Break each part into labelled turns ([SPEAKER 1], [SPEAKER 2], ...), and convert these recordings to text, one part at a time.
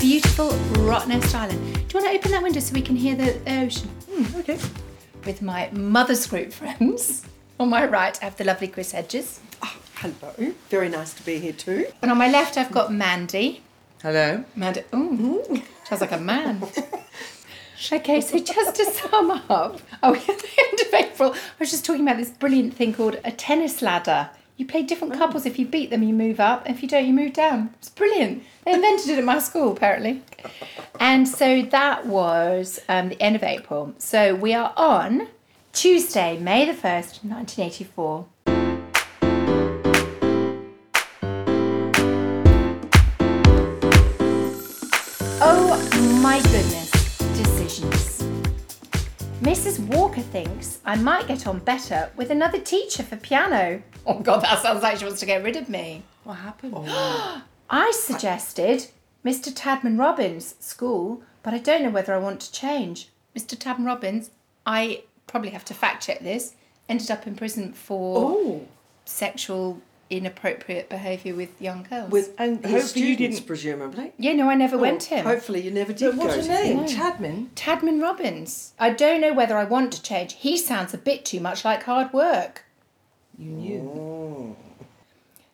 [SPEAKER 1] beautiful Rottnest Island. Do you want to open that window so we can hear the ocean?
[SPEAKER 2] Okay.
[SPEAKER 1] With my mother's group friends. On my right, I have the lovely Chris Hedges.
[SPEAKER 2] Oh, Hello. Very nice to be here too.
[SPEAKER 1] And on my left, I've got Mandy.
[SPEAKER 3] Hello.
[SPEAKER 1] Mandy, ooh, sounds like a man. Okay, so just to sum up, oh, at the end of April, I was just talking about this brilliant thing called a tennis ladder. You play different couples. If you beat them, you move up. If you don't, you move down. It's brilliant. They invented it at my school, apparently. And so that was um, the end of April. So we are on Tuesday, May the 1st, 1984. Oh my goodness, decisions. Mrs. Walker thinks I might get on better with another teacher for piano. Oh god, that sounds like she wants to get rid of me. Oh.
[SPEAKER 3] What happened?
[SPEAKER 1] I suggested Mr. Tadman Robbins school, but I don't know whether I want to change. Mr. Tadman Robbins, I probably have to fact check this, ended up in prison for
[SPEAKER 2] Oh,
[SPEAKER 1] sexual inappropriate behaviour with Oh, young girls.
[SPEAKER 2] with and
[SPEAKER 3] hopefully you
[SPEAKER 2] his students,
[SPEAKER 3] didn't-
[SPEAKER 2] presumably. Oh,
[SPEAKER 1] yeah, no, I never went him.
[SPEAKER 2] Hopefully you never did. go to him.
[SPEAKER 3] Chadman.
[SPEAKER 1] Tadman Robbins. I don't know whether I want to change. He sounds a bit too much like hard work.
[SPEAKER 3] You knew.
[SPEAKER 2] Oh,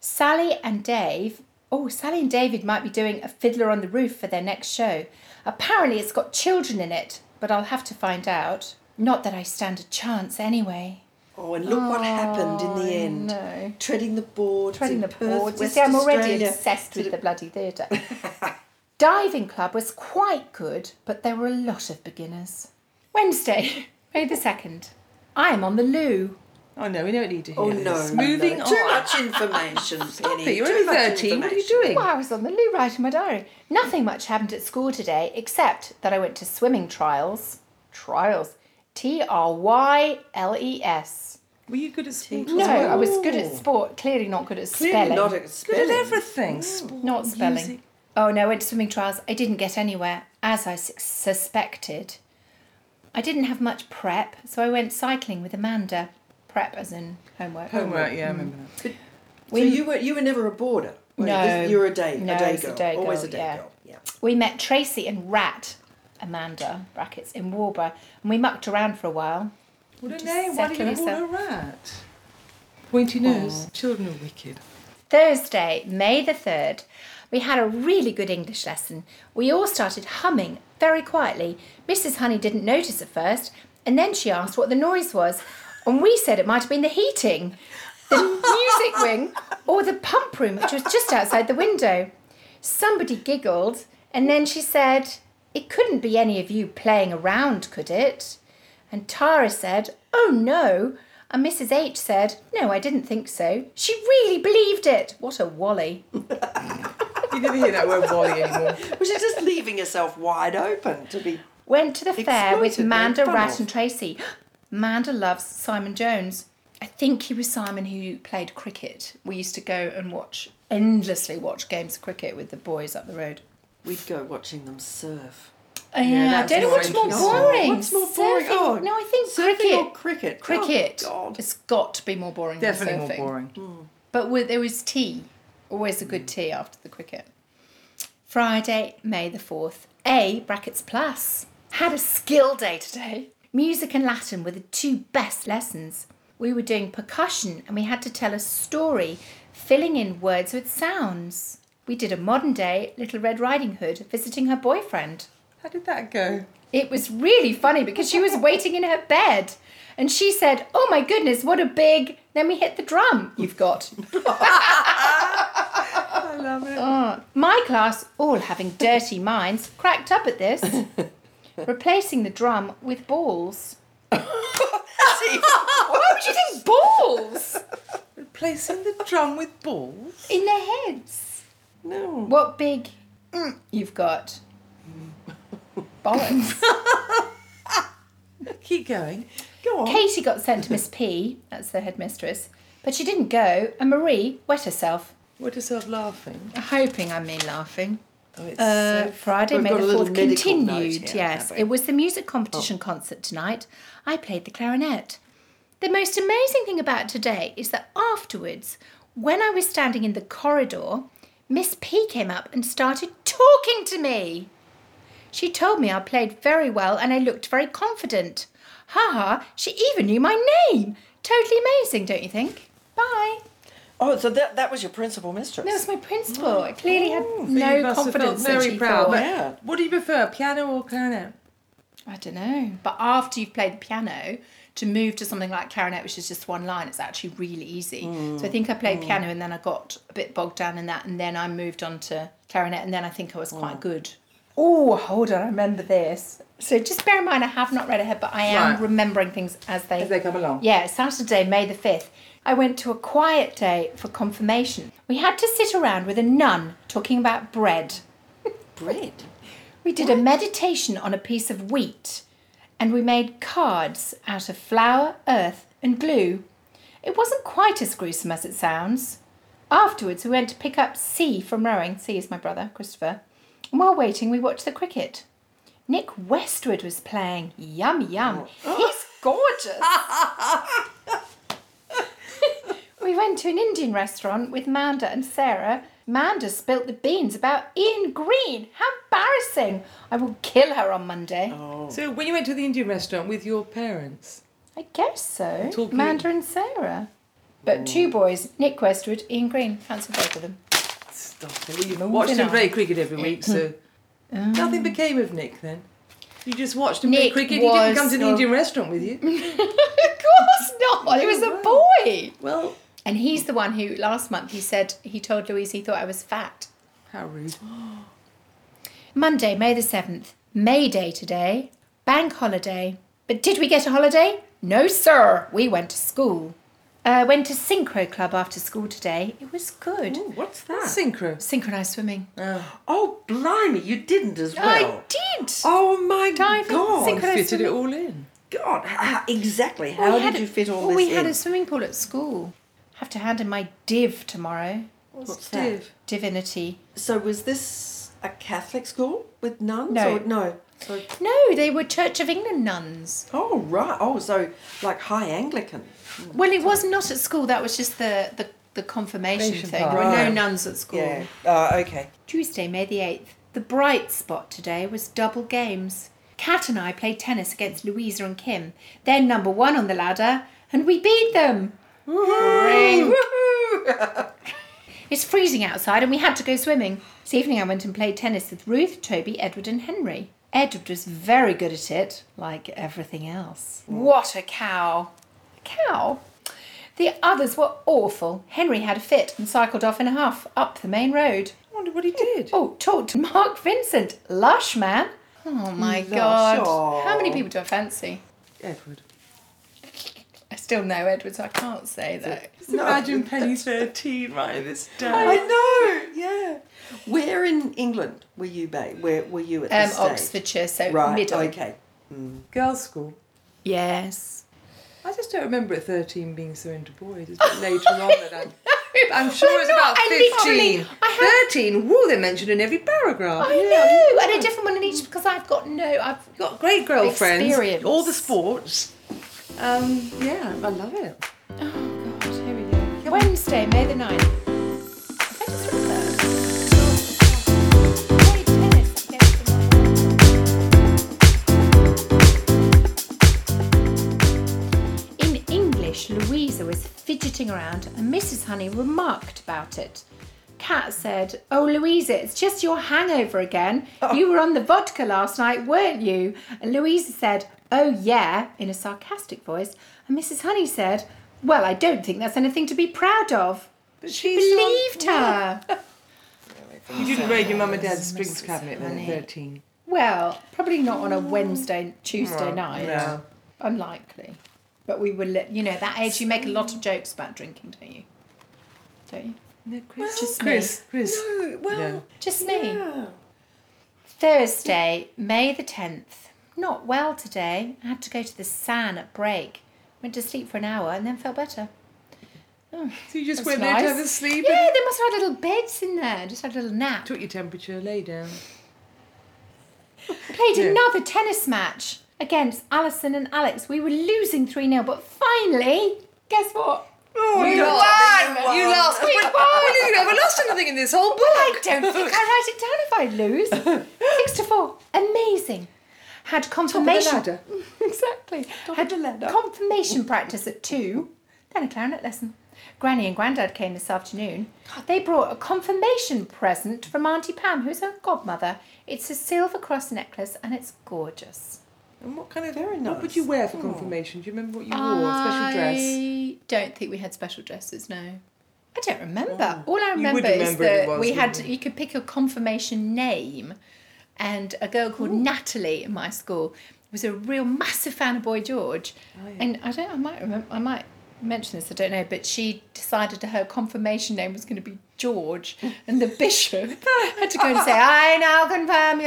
[SPEAKER 1] Sally and Dave. Oh, Sally and David might be doing a fiddler on the roof for their next show. Apparently, it's got children in it, but I'll have to find out. Not that I stand a chance anyway.
[SPEAKER 2] Oh, and look what happened in the end.
[SPEAKER 1] no.
[SPEAKER 2] Treading the boards.
[SPEAKER 1] treading
[SPEAKER 2] in
[SPEAKER 1] the
[SPEAKER 2] Perth,
[SPEAKER 1] boards. You
[SPEAKER 2] West
[SPEAKER 1] see, I'm already
[SPEAKER 2] Australia.
[SPEAKER 1] obsessed
[SPEAKER 2] Did
[SPEAKER 1] with
[SPEAKER 2] it-
[SPEAKER 1] the bloody theatre. Diving club was quite good, but there were a lot of beginners. Wednesday, May the 2nd. I am on the loo.
[SPEAKER 3] Oh no, we don't need to hear
[SPEAKER 2] Oh
[SPEAKER 3] this.
[SPEAKER 2] no!
[SPEAKER 3] Moving
[SPEAKER 2] no.
[SPEAKER 3] on.
[SPEAKER 2] Too much information, Penny.
[SPEAKER 3] You're
[SPEAKER 2] Too
[SPEAKER 3] only
[SPEAKER 2] much
[SPEAKER 3] 13. What are you
[SPEAKER 2] information.
[SPEAKER 3] doing?
[SPEAKER 1] Well, I was on the loo right in my diary. Nothing much happened at school today except that I went to swimming trials. Trials. T R Y L E S.
[SPEAKER 3] Were you good at school?
[SPEAKER 1] No, I was good at sport, clearly not good at
[SPEAKER 2] Clearly
[SPEAKER 1] spelling.
[SPEAKER 2] not at
[SPEAKER 3] Good at
[SPEAKER 2] spelling.
[SPEAKER 3] everything. Sport,
[SPEAKER 1] Not spelling.
[SPEAKER 3] music.
[SPEAKER 1] Oh no, I went to swimming trials. I didn't get anywhere, as I s- suspected. I didn't have much prep, so I went cycling with Amanda. Prep as in homework.
[SPEAKER 3] Homework. Yeah, I remember that.
[SPEAKER 2] So you were you were never a boarder. were you?
[SPEAKER 1] No.
[SPEAKER 2] This- you were a day
[SPEAKER 1] No,
[SPEAKER 2] a day
[SPEAKER 1] it's a
[SPEAKER 2] girl.
[SPEAKER 1] day
[SPEAKER 2] Always
[SPEAKER 1] girl,
[SPEAKER 2] a day
[SPEAKER 1] yeah.
[SPEAKER 2] girl. Yeah.
[SPEAKER 1] We met Tracy and Rat, Amanda, brackets, in Warburg, and we mucked around for a while.
[SPEAKER 3] What a
[SPEAKER 1] Just
[SPEAKER 3] name. Why do you
[SPEAKER 1] settle
[SPEAKER 3] call her rat? Pointy nose. Children are wicked.
[SPEAKER 1] Thursday, May the 3rd, we had a really good English lesson. We all started humming very quietly. Mrs. Honey didn't notice at first, and then she asked what the noise was, and we said it might have been the heating, the music wing, or the pump room, which was just outside the window. Somebody giggled, and then she said, It couldn't be any of you playing around, could it? And Tara said, Oh no. And Mrs. H said, No, I didn't think so. She really believed it. What a wally.
[SPEAKER 3] You never hear that word Wally anymore.
[SPEAKER 2] Which is just leaving herself wide open to be
[SPEAKER 1] Went to the fair with
[SPEAKER 2] Exploited,
[SPEAKER 1] Manda,
[SPEAKER 2] made fun
[SPEAKER 1] Rat,
[SPEAKER 2] of.
[SPEAKER 1] and Tracy. Manda loves Simon Jones. I think he was Simon who played cricket. We used to go and watch, endlessly watch games of cricket with the boys up the road.
[SPEAKER 2] We'd go watching them surf.
[SPEAKER 1] Oh, yeah, I
[SPEAKER 3] that's
[SPEAKER 1] don't know what's more
[SPEAKER 3] more interesting.
[SPEAKER 1] boring.
[SPEAKER 2] What's more boring?
[SPEAKER 1] Surfing.
[SPEAKER 2] Oh,
[SPEAKER 1] no, I think
[SPEAKER 2] surfing
[SPEAKER 1] cricket.
[SPEAKER 2] or cricket.
[SPEAKER 1] Cricket.
[SPEAKER 2] Oh, God.
[SPEAKER 1] It's got to be more boring
[SPEAKER 3] Definitely
[SPEAKER 1] than surfing.
[SPEAKER 3] more boring.
[SPEAKER 1] But with, there was tea. Always a good tea after the cricket. Friday, May the 4th. A, brackets plus. Had a skill day today. Music and Latin were the two best lessons. We were doing percussion and we had to tell a story, filling in words with sounds. We did a modern day Little Red Riding Hood visiting her boyfriend.
[SPEAKER 3] How did that go?
[SPEAKER 1] It was really funny because she was waiting in her bed and she said, Oh my goodness, what a big. Then we hit the drum you've got.
[SPEAKER 3] I love it.
[SPEAKER 1] Oh, My class, all having dirty minds, cracked up at this, replacing the drum with balls. Why would you think balls?
[SPEAKER 3] Replacing the drum with balls.
[SPEAKER 1] In their heads.
[SPEAKER 2] no.
[SPEAKER 1] What big mm you've got. Bollocks.
[SPEAKER 3] Keep going.
[SPEAKER 2] Go on.
[SPEAKER 1] Katie got sent to Miss P, that's the headmistress, but she didn't go, and Marie wet herself.
[SPEAKER 3] What yourself laughing?
[SPEAKER 1] Hoping I mean laughing.
[SPEAKER 3] Oh, it's
[SPEAKER 1] Uh,
[SPEAKER 3] so
[SPEAKER 1] Friday,
[SPEAKER 2] We've
[SPEAKER 1] May
[SPEAKER 2] got
[SPEAKER 1] the
[SPEAKER 2] a little
[SPEAKER 1] 4th
[SPEAKER 2] medical
[SPEAKER 1] continued.
[SPEAKER 2] note here,
[SPEAKER 1] yes,
[SPEAKER 2] haven't we?
[SPEAKER 1] it was the music competition concert tonight. I played the clarinet. The most amazing thing about today is that afterwards, when I was standing in the corridor, Miss P came up and started talking to me. She told me I played very well and I looked very confident. Ha ha, she even knew my name. Totally amazing, don't you think? Bye.
[SPEAKER 2] Oh, so that that was your principal mistress.
[SPEAKER 1] That was my principal. I clearly had
[SPEAKER 3] But you
[SPEAKER 1] no
[SPEAKER 3] must have felt
[SPEAKER 1] confidence. that
[SPEAKER 3] Very
[SPEAKER 1] she
[SPEAKER 3] proud.
[SPEAKER 1] thought.
[SPEAKER 3] But
[SPEAKER 2] Yeah.
[SPEAKER 3] What do you prefer, piano or clarinet?
[SPEAKER 1] I don't know. But after you've played the piano, to move to something like clarinet, which is just one line, it's actually really easy. So I think I played piano and then I got a bit bogged down in that, and then I moved on to clarinet, and then I think I was quite good. Oh, hold on, I remember this. So just bear in mind, I have not read ahead, but I am
[SPEAKER 3] Right.
[SPEAKER 1] remembering things as they
[SPEAKER 3] As they come along.
[SPEAKER 1] yeah, Saturday, May the 5th, I went to a quiet day for confirmation. We had to sit around with a nun talking about bread.
[SPEAKER 2] bread.
[SPEAKER 1] We did a meditation on a piece of wheat and we made cards out of flour, earth, and glue. It wasn't quite as gruesome as it sounds. Afterwards, we went to pick up C from rowing. C is my brother, Christopher. And while waiting, we watched the cricket. Nick Westwood was playing. Yum, yum. He's gorgeous. we went to an Indian restaurant with Manda and Sarah. Manda spilt the beans about Ian Green. How embarrassing. I will kill her on Monday.
[SPEAKER 2] Oh.
[SPEAKER 3] So when you went to the Indian restaurant with your parents,
[SPEAKER 1] I guess so.
[SPEAKER 3] Talking-
[SPEAKER 1] Manda and Sarah. But two boys, Nick Westwood, Ian Green. Fancy both of them.
[SPEAKER 3] stop it. You watched
[SPEAKER 1] Moving
[SPEAKER 3] him
[SPEAKER 1] on. Mm.
[SPEAKER 3] play cricket every week, so nothing became of Nick then. You just watched him play
[SPEAKER 1] Nick
[SPEAKER 3] cricket. He didn't
[SPEAKER 1] was
[SPEAKER 3] come to the
[SPEAKER 1] your-
[SPEAKER 3] Indian restaurant with you.
[SPEAKER 1] of course not. It was a boy.
[SPEAKER 3] Well,
[SPEAKER 1] And he's the one who last month he said he told Louise he thought I was fat.
[SPEAKER 3] how rude.
[SPEAKER 1] Monday, May the 7th. May Day today. Bank holiday. But did we get a holiday? No, sir. We went to school. Uh, went to Synchro Club after school today. It was good.
[SPEAKER 2] Ooh, what's that?
[SPEAKER 3] Synchro.
[SPEAKER 1] Synchronized swimming.
[SPEAKER 2] Oh, blimey, you didn't as well.
[SPEAKER 1] I did.
[SPEAKER 2] Oh my
[SPEAKER 1] Diving,
[SPEAKER 2] God!
[SPEAKER 1] synchro- Synchronized
[SPEAKER 3] Fitted it
[SPEAKER 1] swimming.
[SPEAKER 3] all in.
[SPEAKER 2] God, how, exactly. How
[SPEAKER 1] Oh, we had
[SPEAKER 2] did
[SPEAKER 1] a-
[SPEAKER 2] you fit all
[SPEAKER 1] well,
[SPEAKER 2] this
[SPEAKER 1] we had
[SPEAKER 2] in?
[SPEAKER 1] a swimming pool at school. Have to hand in my div tomorrow.
[SPEAKER 2] What's that?
[SPEAKER 3] Steve.
[SPEAKER 1] Divinity.
[SPEAKER 2] So was this a Catholic school with nuns?
[SPEAKER 1] No.
[SPEAKER 2] Or, no. So,
[SPEAKER 1] No, they were Church of England nuns.
[SPEAKER 2] oh right. Oh, so like high Anglican.
[SPEAKER 1] Well, it was not at school. That was just the the, the confirmation
[SPEAKER 3] Confirmation
[SPEAKER 1] thing.
[SPEAKER 3] part.
[SPEAKER 1] There were no
[SPEAKER 2] Right.
[SPEAKER 1] nuns at school.
[SPEAKER 2] Yeah. Uh, okay.
[SPEAKER 1] Tuesday, May the 8th. The bright spot today was double games. Kat and I played tennis against Louisa and Kim. They're number one on the ladder, and we beat them. Hooray! it's freezing outside, and we had to go swimming. This evening, I went and played tennis with Ruth, Toby, Edward, and Henry. Edward was very good at it, like everything else. What a cow! A cow? The others were awful. Henry had a fit and cycled off in a huff up the main road.
[SPEAKER 3] I wonder what he did.
[SPEAKER 1] Oh, talk to Mark Vincent, lush man. Oh my
[SPEAKER 2] Lush,
[SPEAKER 1] god.
[SPEAKER 2] aw.
[SPEAKER 1] How many people do I fancy?
[SPEAKER 3] Edward.
[SPEAKER 1] I still know Edward, so I can't say that.
[SPEAKER 3] Just imagine Penny's 13 right at this
[SPEAKER 2] I
[SPEAKER 3] day.
[SPEAKER 2] know. Yeah. Where in England were you, babe? Where were you at
[SPEAKER 1] Um,
[SPEAKER 2] this stage?
[SPEAKER 1] Oxfordshire, so
[SPEAKER 2] Right.
[SPEAKER 1] middle.
[SPEAKER 2] Okay.
[SPEAKER 3] Girls' school.
[SPEAKER 1] Yes.
[SPEAKER 3] I just don't remember at 13 being so into boys. It's a bit later on that I'm. I'm sure
[SPEAKER 1] Well,
[SPEAKER 3] it's
[SPEAKER 1] I'm
[SPEAKER 3] about
[SPEAKER 1] not- I literally-
[SPEAKER 3] 15.
[SPEAKER 1] I have-
[SPEAKER 3] 13. Woo, they're mentioned in every paragraph.
[SPEAKER 1] I know, and a different one in each because I've got no. I've
[SPEAKER 3] You've got great girlfriends.
[SPEAKER 1] Experience.
[SPEAKER 3] All the sports. Um, yeah, I love it.
[SPEAKER 1] Oh God, here we go. Wednesday, May the 9th. Have I just written that? Only tennis, I guess, tonight. In English, Louisa was fidgeting around and Mrs. Honey remarked about it. Kat said, Oh, Louisa, it's just your hangover again. You were on the vodka last night, weren't you? And Louisa said, Oh, yeah, in a sarcastic voice. And Mrs. Honey said, Well, I don't think that's anything to be proud of.
[SPEAKER 3] But
[SPEAKER 1] She
[SPEAKER 3] she's
[SPEAKER 1] believed her.
[SPEAKER 3] You didn't raid your mum and dad's drinks cabinet then at 13.
[SPEAKER 1] Well, probably not on a Wednesday, Tuesday night.
[SPEAKER 3] no.
[SPEAKER 1] Unlikely. But we were, li- you know, that age you make a lot of jokes about drinking, don't you? Don't you?
[SPEAKER 3] No, Chris.
[SPEAKER 1] Just me.
[SPEAKER 3] Chris. Chris.
[SPEAKER 2] No, well,
[SPEAKER 3] No.
[SPEAKER 1] Just me.
[SPEAKER 2] yeah.
[SPEAKER 1] Thursday, May the 10th. Not well today. I had to go to the SAN at break. Went to sleep for an hour and then felt better.
[SPEAKER 3] So you just
[SPEAKER 1] That's
[SPEAKER 3] went there to
[SPEAKER 1] nice.
[SPEAKER 3] have a sleep and
[SPEAKER 1] Yeah, they must have had little beds in there. Just had a little nap.
[SPEAKER 3] took your temperature, lay down.
[SPEAKER 1] Played
[SPEAKER 3] Yeah.
[SPEAKER 1] another tennis match against Alison and Alex. We were losing 3 0, but finally, guess what?
[SPEAKER 3] Oh,
[SPEAKER 1] We
[SPEAKER 3] you
[SPEAKER 1] won!
[SPEAKER 3] got
[SPEAKER 1] remember.
[SPEAKER 3] You last week. Well, you never lost anything in this whole book.
[SPEAKER 1] I don't think I write it down if I lose. Six to four. Amazing. Had confirmation.
[SPEAKER 3] ladder.
[SPEAKER 1] exactly. Had confirmation practice at two, then a clarinet lesson. Granny and Grandad came this afternoon. They brought a confirmation present from Auntie Pam, who's her godmother. It's a silver cross necklace and it's gorgeous.
[SPEAKER 2] And what kind of very nice?
[SPEAKER 3] What would you wear for confirmation? Do you remember what you wore? Special dress.
[SPEAKER 1] Oh. I don't think we had special dresses, no. I don't remember. All I
[SPEAKER 3] You would
[SPEAKER 1] remember, is
[SPEAKER 3] remember it
[SPEAKER 1] that
[SPEAKER 3] was,
[SPEAKER 1] we had
[SPEAKER 3] wouldn't
[SPEAKER 1] you could pick a confirmation name and a girl called Natalie in my school was a real massive fan of Boy George.
[SPEAKER 3] Oh, yeah.
[SPEAKER 1] And I don't I might remember I might mention this, I don't know, but she decided her confirmation name was gonna be George and the bishop had to go and say, I now confirm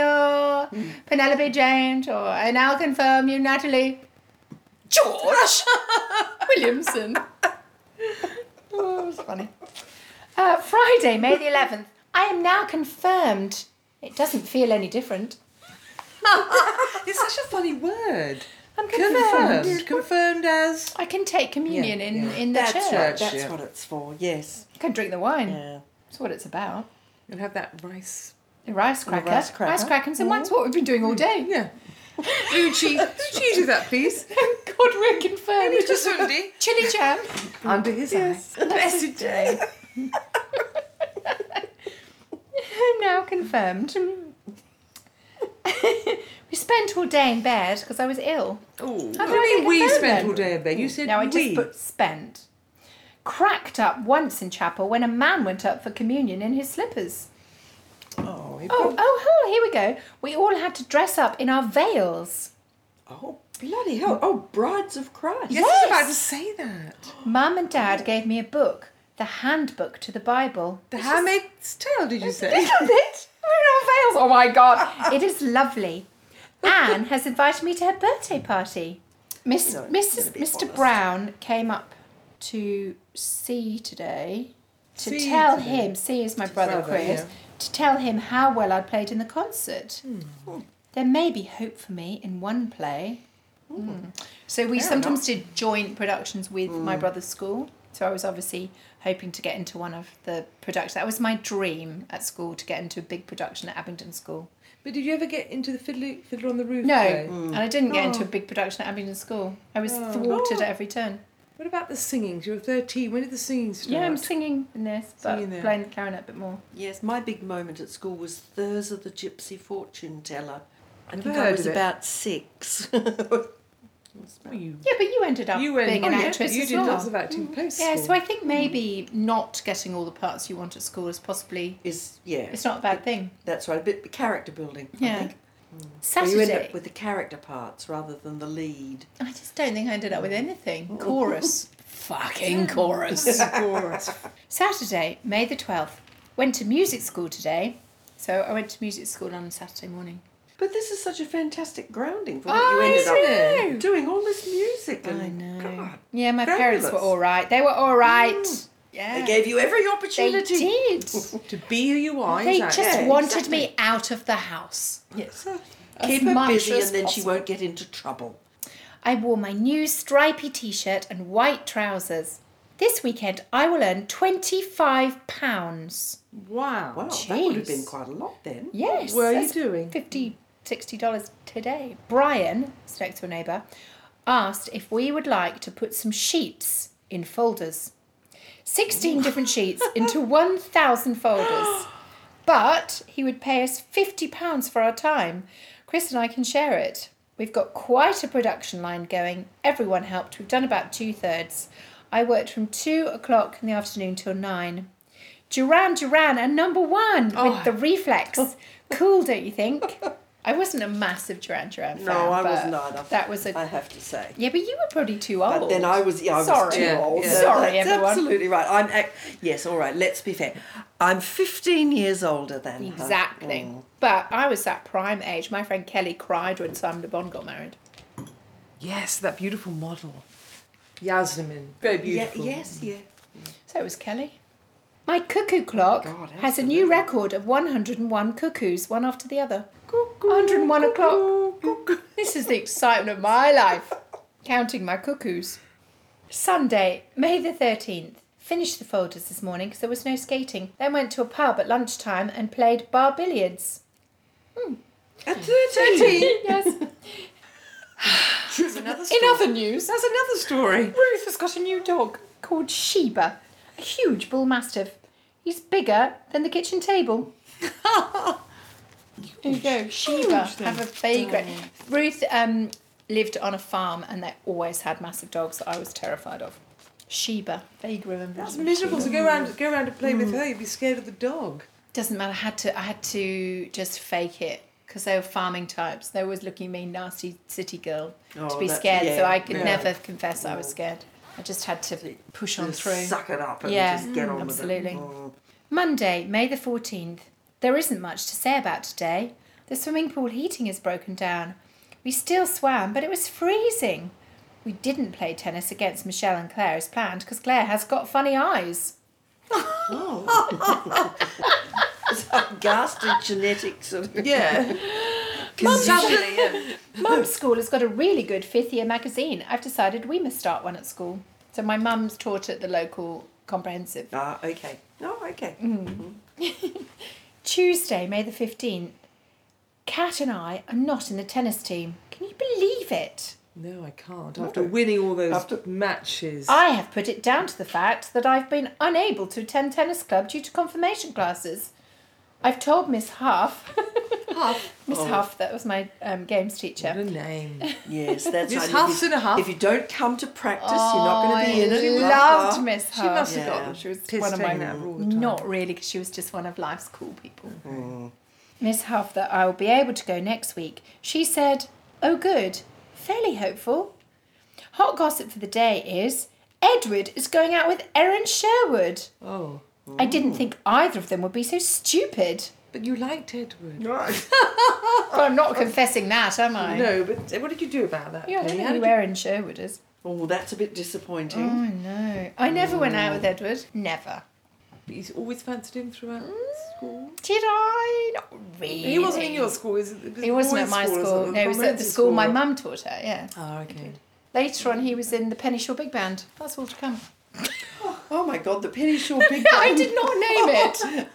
[SPEAKER 3] Hmm.
[SPEAKER 1] you Penelope James or I now confirm you Natalie George Williamson. oh, it was funny. Uh, Friday, May the 11th. I am now confirmed. It doesn't feel any different.
[SPEAKER 3] It's such a funny word.
[SPEAKER 1] I'm confirmed.
[SPEAKER 3] Confirmed. Confirmed as.
[SPEAKER 1] I can take communion
[SPEAKER 3] Yeah,
[SPEAKER 1] in,
[SPEAKER 3] yeah.
[SPEAKER 1] in the
[SPEAKER 2] That's
[SPEAKER 1] church.
[SPEAKER 2] right. That's
[SPEAKER 3] yeah.
[SPEAKER 2] what it's for. Yes.
[SPEAKER 1] I can drink the wine.
[SPEAKER 2] Yeah.
[SPEAKER 1] That's what it's about.
[SPEAKER 3] You'll have that rice.
[SPEAKER 1] A rice cracker.
[SPEAKER 2] rice cracker.
[SPEAKER 1] crackers and wine's what we've been doing all day.
[SPEAKER 3] Yeah. Uchi, Uchi do that, please.
[SPEAKER 1] Thank God we're confirmed.
[SPEAKER 3] Uchi Sunday.
[SPEAKER 1] Chili jam.
[SPEAKER 3] Under his eyes.
[SPEAKER 1] Blessed day. I'm now confirmed. we spent all day in bed because I was ill.
[SPEAKER 3] Oh.
[SPEAKER 1] How
[SPEAKER 3] How
[SPEAKER 1] do I
[SPEAKER 3] mean
[SPEAKER 1] get
[SPEAKER 3] we
[SPEAKER 1] confirmed
[SPEAKER 3] spent
[SPEAKER 1] then?
[SPEAKER 3] all day in bed? You said
[SPEAKER 1] Now I
[SPEAKER 3] we.
[SPEAKER 1] just put spent. Cracked up once in chapel when a man went up for communion in his slippers.
[SPEAKER 2] Oh. he
[SPEAKER 1] Oh, oh, oh, here we go. We all had to dress up in our veils.
[SPEAKER 2] Oh, bloody hell. Oh, Brides of Christ.
[SPEAKER 3] Yes, I was
[SPEAKER 1] Yes.
[SPEAKER 3] about to say that.
[SPEAKER 1] Mum and Dad gave me a book, The Handbook to the Bible.
[SPEAKER 3] The Handmaid's Tale, did you say?
[SPEAKER 1] Isn't it? We're in our veils. Oh my God. It is lovely. Anne has invited me to her birthday party. Miss,
[SPEAKER 2] No, it's
[SPEAKER 1] Mrs.
[SPEAKER 2] gonna be
[SPEAKER 1] Mr.
[SPEAKER 2] honest.
[SPEAKER 1] Brown came up to see today to
[SPEAKER 3] See
[SPEAKER 1] tell
[SPEAKER 3] today.
[SPEAKER 1] him, see is my brother,
[SPEAKER 3] brother,
[SPEAKER 1] Chris,
[SPEAKER 3] yeah.
[SPEAKER 1] to tell him how well I played in the concert.
[SPEAKER 3] Hmm.
[SPEAKER 1] There may be hope for me in one play.
[SPEAKER 3] Hmm.
[SPEAKER 1] Mm. So we
[SPEAKER 2] Fair
[SPEAKER 1] sometimes did joint productions with my brother's school. So I was obviously hoping to get into one of the productions. That was my dream at school to get into a big production at Abingdon School.
[SPEAKER 3] But did you ever get into the Fiddler, Fiddler on the Roof?
[SPEAKER 1] No, Mm.
[SPEAKER 3] play?
[SPEAKER 1] and I didn't get into a
[SPEAKER 3] Oh.
[SPEAKER 1] big production at Abingdon School. I was
[SPEAKER 3] Oh.
[SPEAKER 1] thwarted
[SPEAKER 2] Oh.
[SPEAKER 1] at every turn.
[SPEAKER 3] What about the singing? You were 13. When did the singing start?
[SPEAKER 1] Yeah, I'm singing in this, but
[SPEAKER 3] Singing there.
[SPEAKER 1] playing the clarinet a bit more.
[SPEAKER 2] Yes, my big moment at school was Thurza the Gypsy Fortune Teller. I think
[SPEAKER 3] heard
[SPEAKER 2] I was
[SPEAKER 3] of it.
[SPEAKER 2] about six.
[SPEAKER 3] Well, you,
[SPEAKER 1] Yeah, but Oh, you ended up
[SPEAKER 3] you went,
[SPEAKER 1] being
[SPEAKER 3] oh,
[SPEAKER 1] an
[SPEAKER 3] yeah,
[SPEAKER 1] actress
[SPEAKER 3] You
[SPEAKER 1] as
[SPEAKER 3] did
[SPEAKER 1] well. Mm.
[SPEAKER 3] lots of acting post
[SPEAKER 1] yeah, so I think maybe not getting all the parts you want at school is possibly
[SPEAKER 2] Is yeah,
[SPEAKER 1] it's not a bad thing.
[SPEAKER 2] that's right. A bit character building. I
[SPEAKER 1] Yeah.
[SPEAKER 2] think. So
[SPEAKER 1] Saturday,
[SPEAKER 2] you end up with the character parts rather than the lead.
[SPEAKER 1] I just don't think I ended up with
[SPEAKER 2] Mm.
[SPEAKER 1] anything. Chorus. Fucking chorus. Saturday, May the 12th. Went to music school today. So I went to music school on Saturday morning.
[SPEAKER 2] But this is such a fantastic grounding for what
[SPEAKER 1] Oh,
[SPEAKER 2] you ended
[SPEAKER 1] I
[SPEAKER 2] up
[SPEAKER 1] know.
[SPEAKER 2] doing all this music. And
[SPEAKER 1] I know.
[SPEAKER 2] Oh, God,
[SPEAKER 1] Yeah, my parents were
[SPEAKER 2] Fabulous. Mm.
[SPEAKER 1] all right. They were all right. Yeah.
[SPEAKER 2] they gave you every
[SPEAKER 1] They
[SPEAKER 2] opportunity.
[SPEAKER 1] did.
[SPEAKER 3] to be who you are.
[SPEAKER 1] They
[SPEAKER 3] exactly.
[SPEAKER 1] just
[SPEAKER 2] Yeah,
[SPEAKER 1] wanted
[SPEAKER 2] exactly.
[SPEAKER 1] me out of the house.
[SPEAKER 2] Yes.
[SPEAKER 1] As
[SPEAKER 2] Keep her
[SPEAKER 1] much
[SPEAKER 2] busy, and
[SPEAKER 1] as
[SPEAKER 2] then she
[SPEAKER 1] possible.
[SPEAKER 2] won't get into trouble.
[SPEAKER 1] I wore my new stripy t shirt and white trousers. This weekend, I will earn £25.
[SPEAKER 3] Wow.
[SPEAKER 2] Wow, that would have been
[SPEAKER 1] Jeez.
[SPEAKER 2] quite a lot then.
[SPEAKER 1] Yes.
[SPEAKER 3] were you
[SPEAKER 1] that's
[SPEAKER 3] doing?
[SPEAKER 1] Fifty, sixty dollars today. Brian, his next door neighbour, asked if we would like to put some sheets in folders. Sixteen different sheets into one thousand folders. But he would pay us fifty pounds for our time. Chris and I can share it. We've got quite a production line going. Everyone helped. We've done about two thirds. I worked from two o'clock in the afternoon till nine. Duran Duran and number one
[SPEAKER 3] Oh.
[SPEAKER 1] with the reflex. cool, don't you think? I wasn't a massive Duran Duran fan.
[SPEAKER 2] No, I
[SPEAKER 1] but
[SPEAKER 2] wasn't either.
[SPEAKER 1] That was a
[SPEAKER 2] I have to say.
[SPEAKER 1] yeah, but you were probably too old.
[SPEAKER 2] But then I was, yeah, I was
[SPEAKER 1] Sorry.
[SPEAKER 2] too
[SPEAKER 3] Yeah,
[SPEAKER 2] old.
[SPEAKER 3] yeah.
[SPEAKER 2] No,
[SPEAKER 1] Sorry,
[SPEAKER 2] that's
[SPEAKER 1] everyone.
[SPEAKER 2] absolutely right. I'm, ac- yes, all right. Let's be fair. I'm 15 years older than her.
[SPEAKER 1] Exactly.
[SPEAKER 2] Mm.
[SPEAKER 1] But I was that prime age. My friend Kelly cried when Simon Le Bon got married.
[SPEAKER 3] Yes, that beautiful model. Yasmin. Very
[SPEAKER 2] Yeah,
[SPEAKER 3] beautiful.
[SPEAKER 2] yes, yeah.
[SPEAKER 1] So it was Kelly. My cuckoo clock
[SPEAKER 2] God,
[SPEAKER 1] has a new record of 101 cuckoos, one after the other. 101 o'clock. This is the excitement of my life, counting my cuckoos. Sunday, May the 13th. Finished the folders this morning because there was no skating. Then went to a pub at lunchtime and played bar billiards.
[SPEAKER 2] At 13.
[SPEAKER 1] yes.
[SPEAKER 2] Here's another
[SPEAKER 1] In
[SPEAKER 2] story.
[SPEAKER 1] other news,
[SPEAKER 3] That's another story.
[SPEAKER 1] Ruth has got a new dog called Sheba, a huge bull mastiff. He's bigger than the kitchen table. there you go, Sheba.
[SPEAKER 2] Huge
[SPEAKER 1] Have a vagrant. Ruth um, lived on a farm and they always had massive dogs that I was terrified of. Sheba, vagrant.
[SPEAKER 3] That's miserable to go around go around and play with her. You'd be scared of the dog.
[SPEAKER 1] Doesn't matter. I had to. I had to just fake it because they were farming types. They always looking me nasty city girl to
[SPEAKER 2] Oh,
[SPEAKER 1] be
[SPEAKER 2] that-
[SPEAKER 1] scared. so
[SPEAKER 2] yeah,
[SPEAKER 1] I could
[SPEAKER 2] yeah.
[SPEAKER 1] never confess I was scared. I just had to push on
[SPEAKER 2] Just
[SPEAKER 1] through.
[SPEAKER 2] Suck it up and
[SPEAKER 1] Yeah,
[SPEAKER 2] just get
[SPEAKER 1] mm,
[SPEAKER 2] on
[SPEAKER 1] absolutely.
[SPEAKER 2] with it. Mm.
[SPEAKER 1] Monday, May the 14th. There isn't much to say about today. The swimming pool heating is broken down. We still swam, but it was freezing. We didn't play tennis against Michelle and Claire as planned because Claire has got funny eyes.
[SPEAKER 2] Some ghastly genetics of
[SPEAKER 3] Yeah.
[SPEAKER 2] Suddenly, yeah.
[SPEAKER 1] Mum's school has got a really good fifth year magazine. I've decided we must start one at school. So my mum's taught at the local comprehensive.
[SPEAKER 2] Ah, okay. Oh, okay.
[SPEAKER 1] Tuesday, May the 15th. Kat and I are not in the tennis team. Can you believe it?
[SPEAKER 3] No, I can't. After winning all those matches.
[SPEAKER 1] I have put it down to the fact that I've been unable to attend tennis club due to confirmation classes. I've told Miss Huff,
[SPEAKER 3] Huff.
[SPEAKER 1] Miss Huff, that was my um, games teacher.
[SPEAKER 3] What a name.
[SPEAKER 2] Yes, that's
[SPEAKER 3] Just
[SPEAKER 2] right. If
[SPEAKER 3] huffs
[SPEAKER 2] you-
[SPEAKER 3] and a Oh, huff.
[SPEAKER 2] If you don't come to practice, you're not going to be
[SPEAKER 1] I
[SPEAKER 2] in it. Blah,
[SPEAKER 1] loved
[SPEAKER 2] blah.
[SPEAKER 1] Miss Huff.
[SPEAKER 3] She must have
[SPEAKER 2] Yeah.
[SPEAKER 3] got She was
[SPEAKER 1] It's
[SPEAKER 3] one of my all the time.
[SPEAKER 1] Not really, because she was just one of life's cool people. Miss Huff, that I will be able to go next week. She said, "Oh, good, fairly hopeful." Hot gossip for the day is Edward is going out with Erin Sherwood.
[SPEAKER 3] Oh.
[SPEAKER 1] I didn't think either of them would be so stupid.
[SPEAKER 3] But you liked Edward.
[SPEAKER 2] Right.
[SPEAKER 1] Well, I'm not confessing that, am I?
[SPEAKER 3] No, but eh, what did you do about that?
[SPEAKER 1] Yeah, I don't
[SPEAKER 3] Polly?
[SPEAKER 1] know
[SPEAKER 3] How
[SPEAKER 1] who
[SPEAKER 3] did you-
[SPEAKER 1] Erin Sherwood is.
[SPEAKER 2] Oh, that's a bit disappointing.
[SPEAKER 3] Mm.
[SPEAKER 1] Oh, no. I never went out with Edward. Never.
[SPEAKER 3] He's always fancied him throughout school.
[SPEAKER 1] Did I? Not really.
[SPEAKER 3] Mm. He wasn't in your school, is it?
[SPEAKER 1] He wasn't at my school. No, he was at the school my mum taught her, yeah.
[SPEAKER 3] Oh, okay.
[SPEAKER 1] Later on, he was in the Penny Shaw Big Band. That's all to come.
[SPEAKER 2] Oh my God, the Penny Shaw Big
[SPEAKER 1] I
[SPEAKER 2] Band.
[SPEAKER 1] did not name it.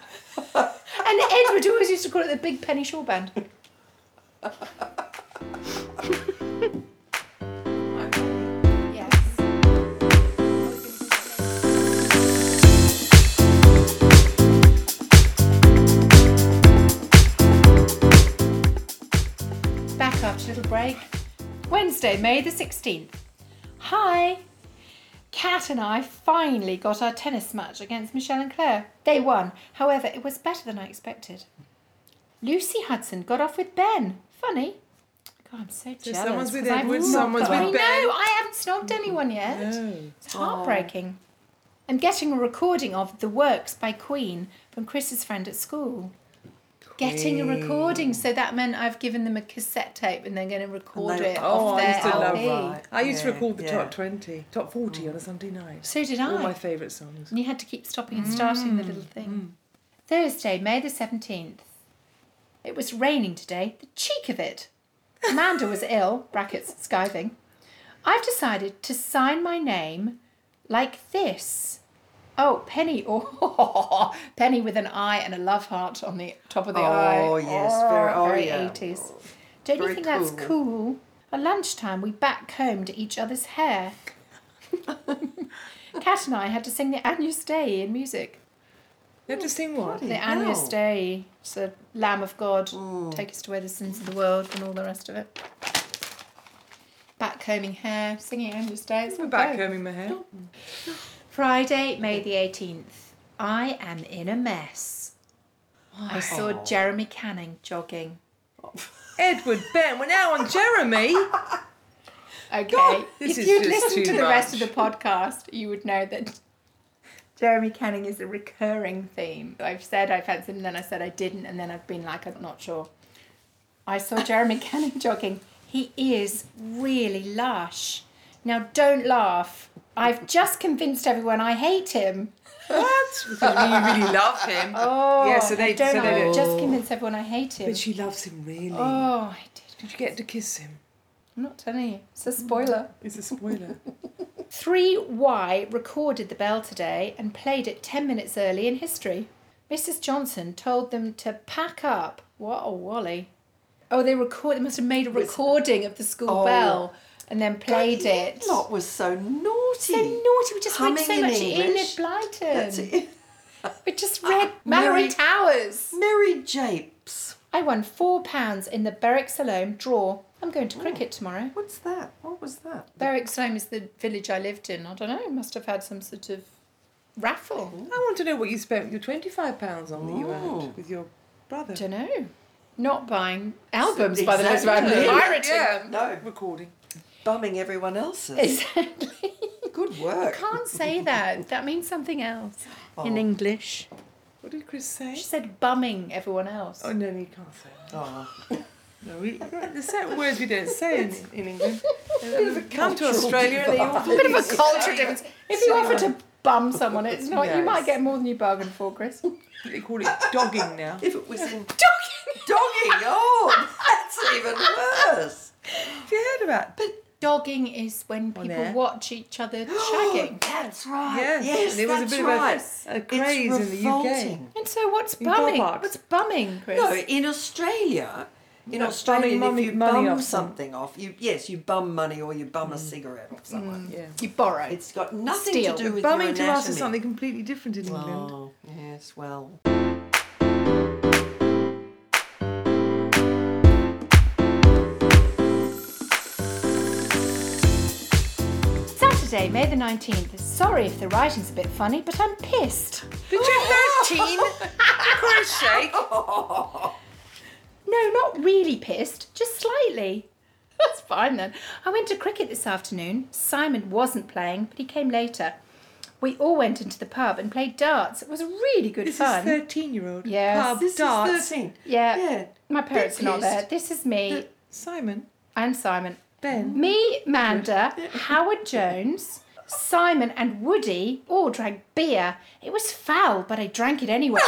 [SPEAKER 1] and Edward always used to call it the Big Penny Shaw Band. yes. Back after a little break. Wednesday, May the 16th. Hi. Kat and I finally got our tennis match against Michelle and Claire. They won, however, it was better than I expected. Lucy Hudson got off with Ben. Funny. God, I'm so jealous.
[SPEAKER 3] someone's with
[SPEAKER 1] 'cause I've
[SPEAKER 3] Edward,
[SPEAKER 1] not
[SPEAKER 3] someone's
[SPEAKER 1] got-
[SPEAKER 3] with
[SPEAKER 1] I
[SPEAKER 3] Ben.
[SPEAKER 1] know, I haven't snogged anyone yet.
[SPEAKER 3] No.
[SPEAKER 1] It's heartbreaking. I'm getting a recording of The Works by Queen from Chris's friend at school. Getting a recording, so that meant I've given them a cassette tape and they're going to record
[SPEAKER 2] they-
[SPEAKER 1] it
[SPEAKER 3] Oh,
[SPEAKER 1] off
[SPEAKER 3] I
[SPEAKER 1] their
[SPEAKER 3] used to love
[SPEAKER 1] LP.
[SPEAKER 2] that.
[SPEAKER 3] I used to
[SPEAKER 2] Yeah,
[SPEAKER 3] record the
[SPEAKER 2] yeah.
[SPEAKER 3] top 20, top 40 on a Oh. Sunday night.
[SPEAKER 1] So did I.
[SPEAKER 3] All my favourite songs.
[SPEAKER 1] And you had to keep stopping and starting the little
[SPEAKER 2] Mm,
[SPEAKER 1] thing. Thursday, May the 17th. It was raining today, the cheek of it. Amanda was ill, brackets, skiving. I've decided to sign my name like this. Oh, Penny, oh, Penny with an eye and a love heart on the top of the
[SPEAKER 2] Oh,
[SPEAKER 1] eye.
[SPEAKER 2] yes, very- oh,
[SPEAKER 1] very
[SPEAKER 2] yeah.
[SPEAKER 1] 80s. Don't you
[SPEAKER 2] Very
[SPEAKER 1] think that's
[SPEAKER 2] cool.
[SPEAKER 1] cool? At lunchtime, we backcombed each other's hair. Kat and I had to sing the Agnus Dei in music.
[SPEAKER 3] You have to sing one.
[SPEAKER 1] The
[SPEAKER 2] hell.
[SPEAKER 1] Agnus Dei, it's the Lamb of God, take us away the sins of the world and all the rest of it. Backcombing hair, singing Agnus Dei. It's
[SPEAKER 3] I'm
[SPEAKER 1] not
[SPEAKER 3] back
[SPEAKER 1] bad.
[SPEAKER 3] combing my hair.
[SPEAKER 1] Friday, May the 18th. I am in a mess. I saw Jeremy Canning jogging.
[SPEAKER 3] Edward, Ben, we're now on Jeremy.
[SPEAKER 1] Okay. if
[SPEAKER 3] this is
[SPEAKER 1] you'd
[SPEAKER 3] just
[SPEAKER 1] listened to
[SPEAKER 3] too
[SPEAKER 1] the rest of
[SPEAKER 3] much.
[SPEAKER 1] the podcast, you would know that Jeremy Canning is a recurring theme. I've said I fancied him, then I said I didn't, and then I've been like, I'm not sure. I saw Jeremy Canning jogging. He is really lush. Now, don't laugh. I've just convinced everyone I hate him.
[SPEAKER 3] what? Because you really love him.
[SPEAKER 1] Oh,
[SPEAKER 3] Yeah, so they-
[SPEAKER 1] don't
[SPEAKER 3] so they
[SPEAKER 1] laugh.
[SPEAKER 3] did.
[SPEAKER 1] just convinced everyone I hate him.
[SPEAKER 3] But she loves him really.
[SPEAKER 1] Oh, I did.
[SPEAKER 3] Did you get to kiss him?
[SPEAKER 1] I'm not telling you. It's a spoiler.
[SPEAKER 3] It's a spoiler.
[SPEAKER 1] 3Y recorded the bell today and played it 10 minutes early in history. Mrs. Johnson told them to pack up. What a wally. Oh, they record. They must have made a recording of the school
[SPEAKER 2] Oh.
[SPEAKER 1] bell and then played it.
[SPEAKER 2] Lot was so naughty.
[SPEAKER 1] So naughty. We just read
[SPEAKER 2] Humming
[SPEAKER 1] so
[SPEAKER 2] in
[SPEAKER 1] much Enid
[SPEAKER 2] English.
[SPEAKER 1] Blyton.
[SPEAKER 2] That's it. Ah,
[SPEAKER 1] We just read Mallory
[SPEAKER 2] Mary-
[SPEAKER 1] Towers.
[SPEAKER 2] Mary Japes.
[SPEAKER 1] I won four pounds in the Berwick Salome draw. I'm going to cricket
[SPEAKER 2] Oh.
[SPEAKER 1] tomorrow.
[SPEAKER 2] What's that? What was that?
[SPEAKER 1] Berwick Salome is the village I lived in. I don't know. Must have had some sort of raffle.
[SPEAKER 3] I want to know what you spent your twenty-five pounds on that you
[SPEAKER 2] Ooh.
[SPEAKER 3] earned with your brother
[SPEAKER 1] I don't know. Not buying albums by the looks of it.
[SPEAKER 2] Exactly.
[SPEAKER 1] I'm pirating
[SPEAKER 3] Yeah.
[SPEAKER 1] them.
[SPEAKER 2] No,
[SPEAKER 3] recording.
[SPEAKER 2] bumming everyone else's.
[SPEAKER 1] Exactly.
[SPEAKER 2] Good work.
[SPEAKER 1] Can't say that. That means something else in
[SPEAKER 2] Oh.
[SPEAKER 1] English.
[SPEAKER 3] What did Chris say?
[SPEAKER 1] She said bumming everyone else.
[SPEAKER 3] Oh no, you can't say. that.
[SPEAKER 2] Oh,
[SPEAKER 3] No, we, there's certain words we don't say in, in England. Um, Come to
[SPEAKER 2] cultural
[SPEAKER 3] Australia and they all
[SPEAKER 1] A bit of a culture difference. If you offer to bum someone, it's not. You
[SPEAKER 3] Yes.
[SPEAKER 1] might get more than you bargained for, Chris.
[SPEAKER 3] they call it dogging now.
[SPEAKER 2] if it was in
[SPEAKER 1] Dogging.
[SPEAKER 2] dogging, oh, that's even worse.
[SPEAKER 3] Have you heard about?
[SPEAKER 1] Dogging is when people
[SPEAKER 3] air.
[SPEAKER 1] watch each other shagging.
[SPEAKER 2] That's right.
[SPEAKER 3] Ah, Yes,
[SPEAKER 2] Yes, yes
[SPEAKER 3] and it was a
[SPEAKER 2] that's
[SPEAKER 3] bit of a-
[SPEAKER 2] right.
[SPEAKER 3] a craze in the UK.
[SPEAKER 2] revolting.
[SPEAKER 1] And so what's
[SPEAKER 3] In car
[SPEAKER 1] bumming?
[SPEAKER 3] parks.
[SPEAKER 1] What's bumming, Chris?
[SPEAKER 2] No, in Australia, in
[SPEAKER 3] No,
[SPEAKER 2] Australia,
[SPEAKER 3] bumming
[SPEAKER 2] if you
[SPEAKER 3] money- money
[SPEAKER 2] bum
[SPEAKER 3] off Mm. some-
[SPEAKER 2] something off, you yes, you bum money or you bum a cigarette off someone.
[SPEAKER 3] Yeah.
[SPEAKER 1] You borrow.
[SPEAKER 2] It's got nothing
[SPEAKER 1] Steal.
[SPEAKER 2] to do with
[SPEAKER 3] Mm. Bumming
[SPEAKER 2] your
[SPEAKER 3] to us is
[SPEAKER 2] anatomy.
[SPEAKER 3] something completely different in England.
[SPEAKER 2] Oh, yes, well.
[SPEAKER 1] Saturday, May the 19th. Sorry if the writing's a bit funny, but I'm pissed.
[SPEAKER 3] Did you 13 crochet?
[SPEAKER 1] No, not really pissed, just slightly. That's fine then. I went to cricket this afternoon. Simon wasn't playing, but he came later. We all went into the pub and played darts. It was really good
[SPEAKER 3] This
[SPEAKER 1] fun.
[SPEAKER 3] is 13 year old.
[SPEAKER 1] Yes.
[SPEAKER 3] Pub
[SPEAKER 2] This
[SPEAKER 3] darts.
[SPEAKER 2] is 13.
[SPEAKER 1] yeah.
[SPEAKER 2] Yeah.
[SPEAKER 1] My parents are not
[SPEAKER 2] pissed.
[SPEAKER 1] there. This is me
[SPEAKER 3] Simon,
[SPEAKER 1] and Simon.
[SPEAKER 3] Ben.
[SPEAKER 1] Me, Manda, Howard Jones, Simon, and Woody all drank beer. It was foul, but I drank it anyway.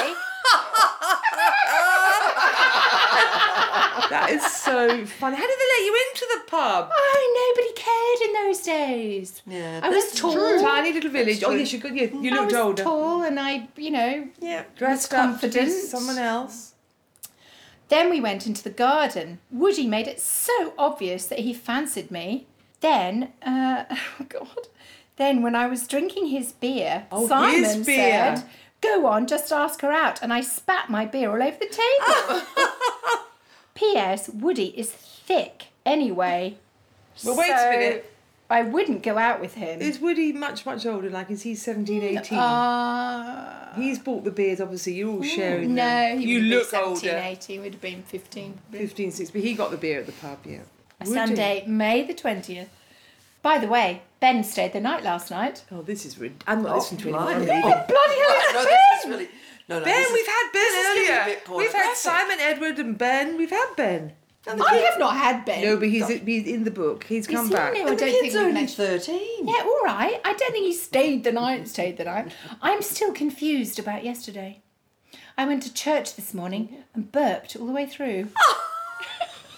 [SPEAKER 3] That is so funny. How did they let you into the pub?
[SPEAKER 1] oh, nobody cared in those days.
[SPEAKER 2] Yeah,
[SPEAKER 1] I was
[SPEAKER 2] that's
[SPEAKER 1] tall.
[SPEAKER 2] true.
[SPEAKER 3] Tiny little village. Oh, yes, you, could, you, you
[SPEAKER 1] I
[SPEAKER 3] looked
[SPEAKER 1] was
[SPEAKER 3] older.
[SPEAKER 1] tall, and I, you know.
[SPEAKER 2] Yeah.
[SPEAKER 3] Dressed up to be
[SPEAKER 1] confident.
[SPEAKER 3] someone else.
[SPEAKER 1] Then we went into the garden. Woody made it so obvious that he fancied me. Then, uh, oh God. Then when I was drinking his beer,
[SPEAKER 3] Oh,
[SPEAKER 1] Simon
[SPEAKER 3] his beer.
[SPEAKER 1] said, "Go on, just ask her out," and I spat my beer all over the table. P.S. Woody is thick anyway.
[SPEAKER 3] Well, wait
[SPEAKER 1] so
[SPEAKER 3] a minute.
[SPEAKER 1] I wouldn't go out with him.
[SPEAKER 3] Is Woody much, much older? Like, is he 17,
[SPEAKER 1] Mm,
[SPEAKER 3] 18?
[SPEAKER 1] Uh,
[SPEAKER 3] He's bought the beers, obviously. You're all sharing
[SPEAKER 1] no,
[SPEAKER 3] them.
[SPEAKER 1] he
[SPEAKER 3] you
[SPEAKER 1] would
[SPEAKER 3] look
[SPEAKER 1] be 17,
[SPEAKER 3] older.
[SPEAKER 1] 18, would have been 15.
[SPEAKER 3] 15, 16. But he got the beer at the pub, yeah. Woody.
[SPEAKER 1] Sunday, May the 20th. By the way, Ben stayed the night last night.
[SPEAKER 3] Oh, this is rid- I'm not
[SPEAKER 2] Oh,
[SPEAKER 3] listening to anyone.
[SPEAKER 2] blimey.
[SPEAKER 3] I'm leaving.
[SPEAKER 2] Oh,
[SPEAKER 1] Bloody hell,
[SPEAKER 2] no,
[SPEAKER 1] it's
[SPEAKER 2] this is
[SPEAKER 1] Ben!
[SPEAKER 2] really. No, no,
[SPEAKER 3] Ben,
[SPEAKER 2] this is-
[SPEAKER 3] we've had Ben
[SPEAKER 2] this is getting a
[SPEAKER 3] earlier.
[SPEAKER 2] bit
[SPEAKER 3] We've had
[SPEAKER 2] pornographic.
[SPEAKER 3] Simon, Edward, and Ben. We've had Ben.
[SPEAKER 2] And the
[SPEAKER 1] I
[SPEAKER 2] kid-
[SPEAKER 1] have not had Ben.
[SPEAKER 3] No, but he's, he's in the book. He's come
[SPEAKER 1] he
[SPEAKER 3] back.
[SPEAKER 1] new? I
[SPEAKER 2] and the
[SPEAKER 1] don't think
[SPEAKER 2] kid's
[SPEAKER 1] we've
[SPEAKER 2] only
[SPEAKER 1] mentioned-
[SPEAKER 2] 13.
[SPEAKER 1] Yeah, all right. I don't think he stayed the night. Stayed the night. I'm still confused about yesterday. I went to church this morning and burped all the way through.